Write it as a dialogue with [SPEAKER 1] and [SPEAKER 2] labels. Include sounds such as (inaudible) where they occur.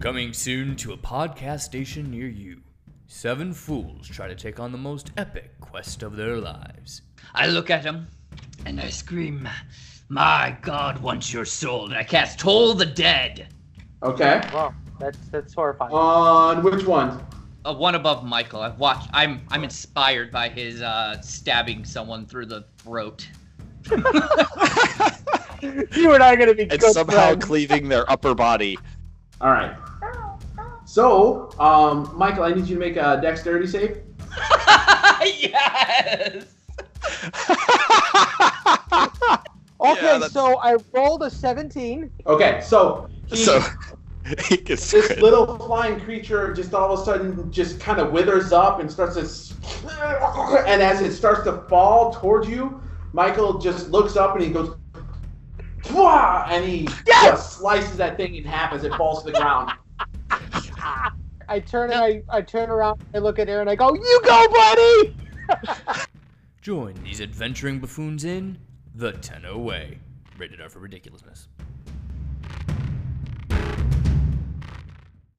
[SPEAKER 1] Coming soon to a podcast station near you. Seven fools try to take on the most epic quest of their lives.
[SPEAKER 2] I look at him and I scream, My God wants your soul, and I cast Toll the Dead.
[SPEAKER 3] Okay.
[SPEAKER 4] Wow, that's that's horrifying.
[SPEAKER 3] On which one?
[SPEAKER 2] Uh, one above Michael. I've watched I'm I'm inspired by his uh stabbing someone through the throat. (laughs)
[SPEAKER 4] you and I are gonna be
[SPEAKER 5] and
[SPEAKER 4] good
[SPEAKER 5] somehow
[SPEAKER 4] friends.
[SPEAKER 5] cleaving their upper body.
[SPEAKER 3] All right. So, um, Michael, I need you to make a dexterity save.
[SPEAKER 2] yes.
[SPEAKER 4] Okay,
[SPEAKER 5] Yeah, that's-
[SPEAKER 4] so I rolled a 17.
[SPEAKER 3] Okay. So, (laughs) he, (laughs)
[SPEAKER 5] so (laughs) he gets
[SPEAKER 3] this
[SPEAKER 5] crit.
[SPEAKER 3] little flying creature just all of a sudden just kind of withers up and starts to, s- and as it starts to fall towards you, Michael just looks up and he goes, "Pwah!" and he just slices that thing in half as it falls to the ground.
[SPEAKER 4] I turn I, I turn around, I look at Aaron, I go, You go, buddy!
[SPEAKER 1] oh Join these adventuring buffoons in The Tenno Way. Rated R for ridiculousness.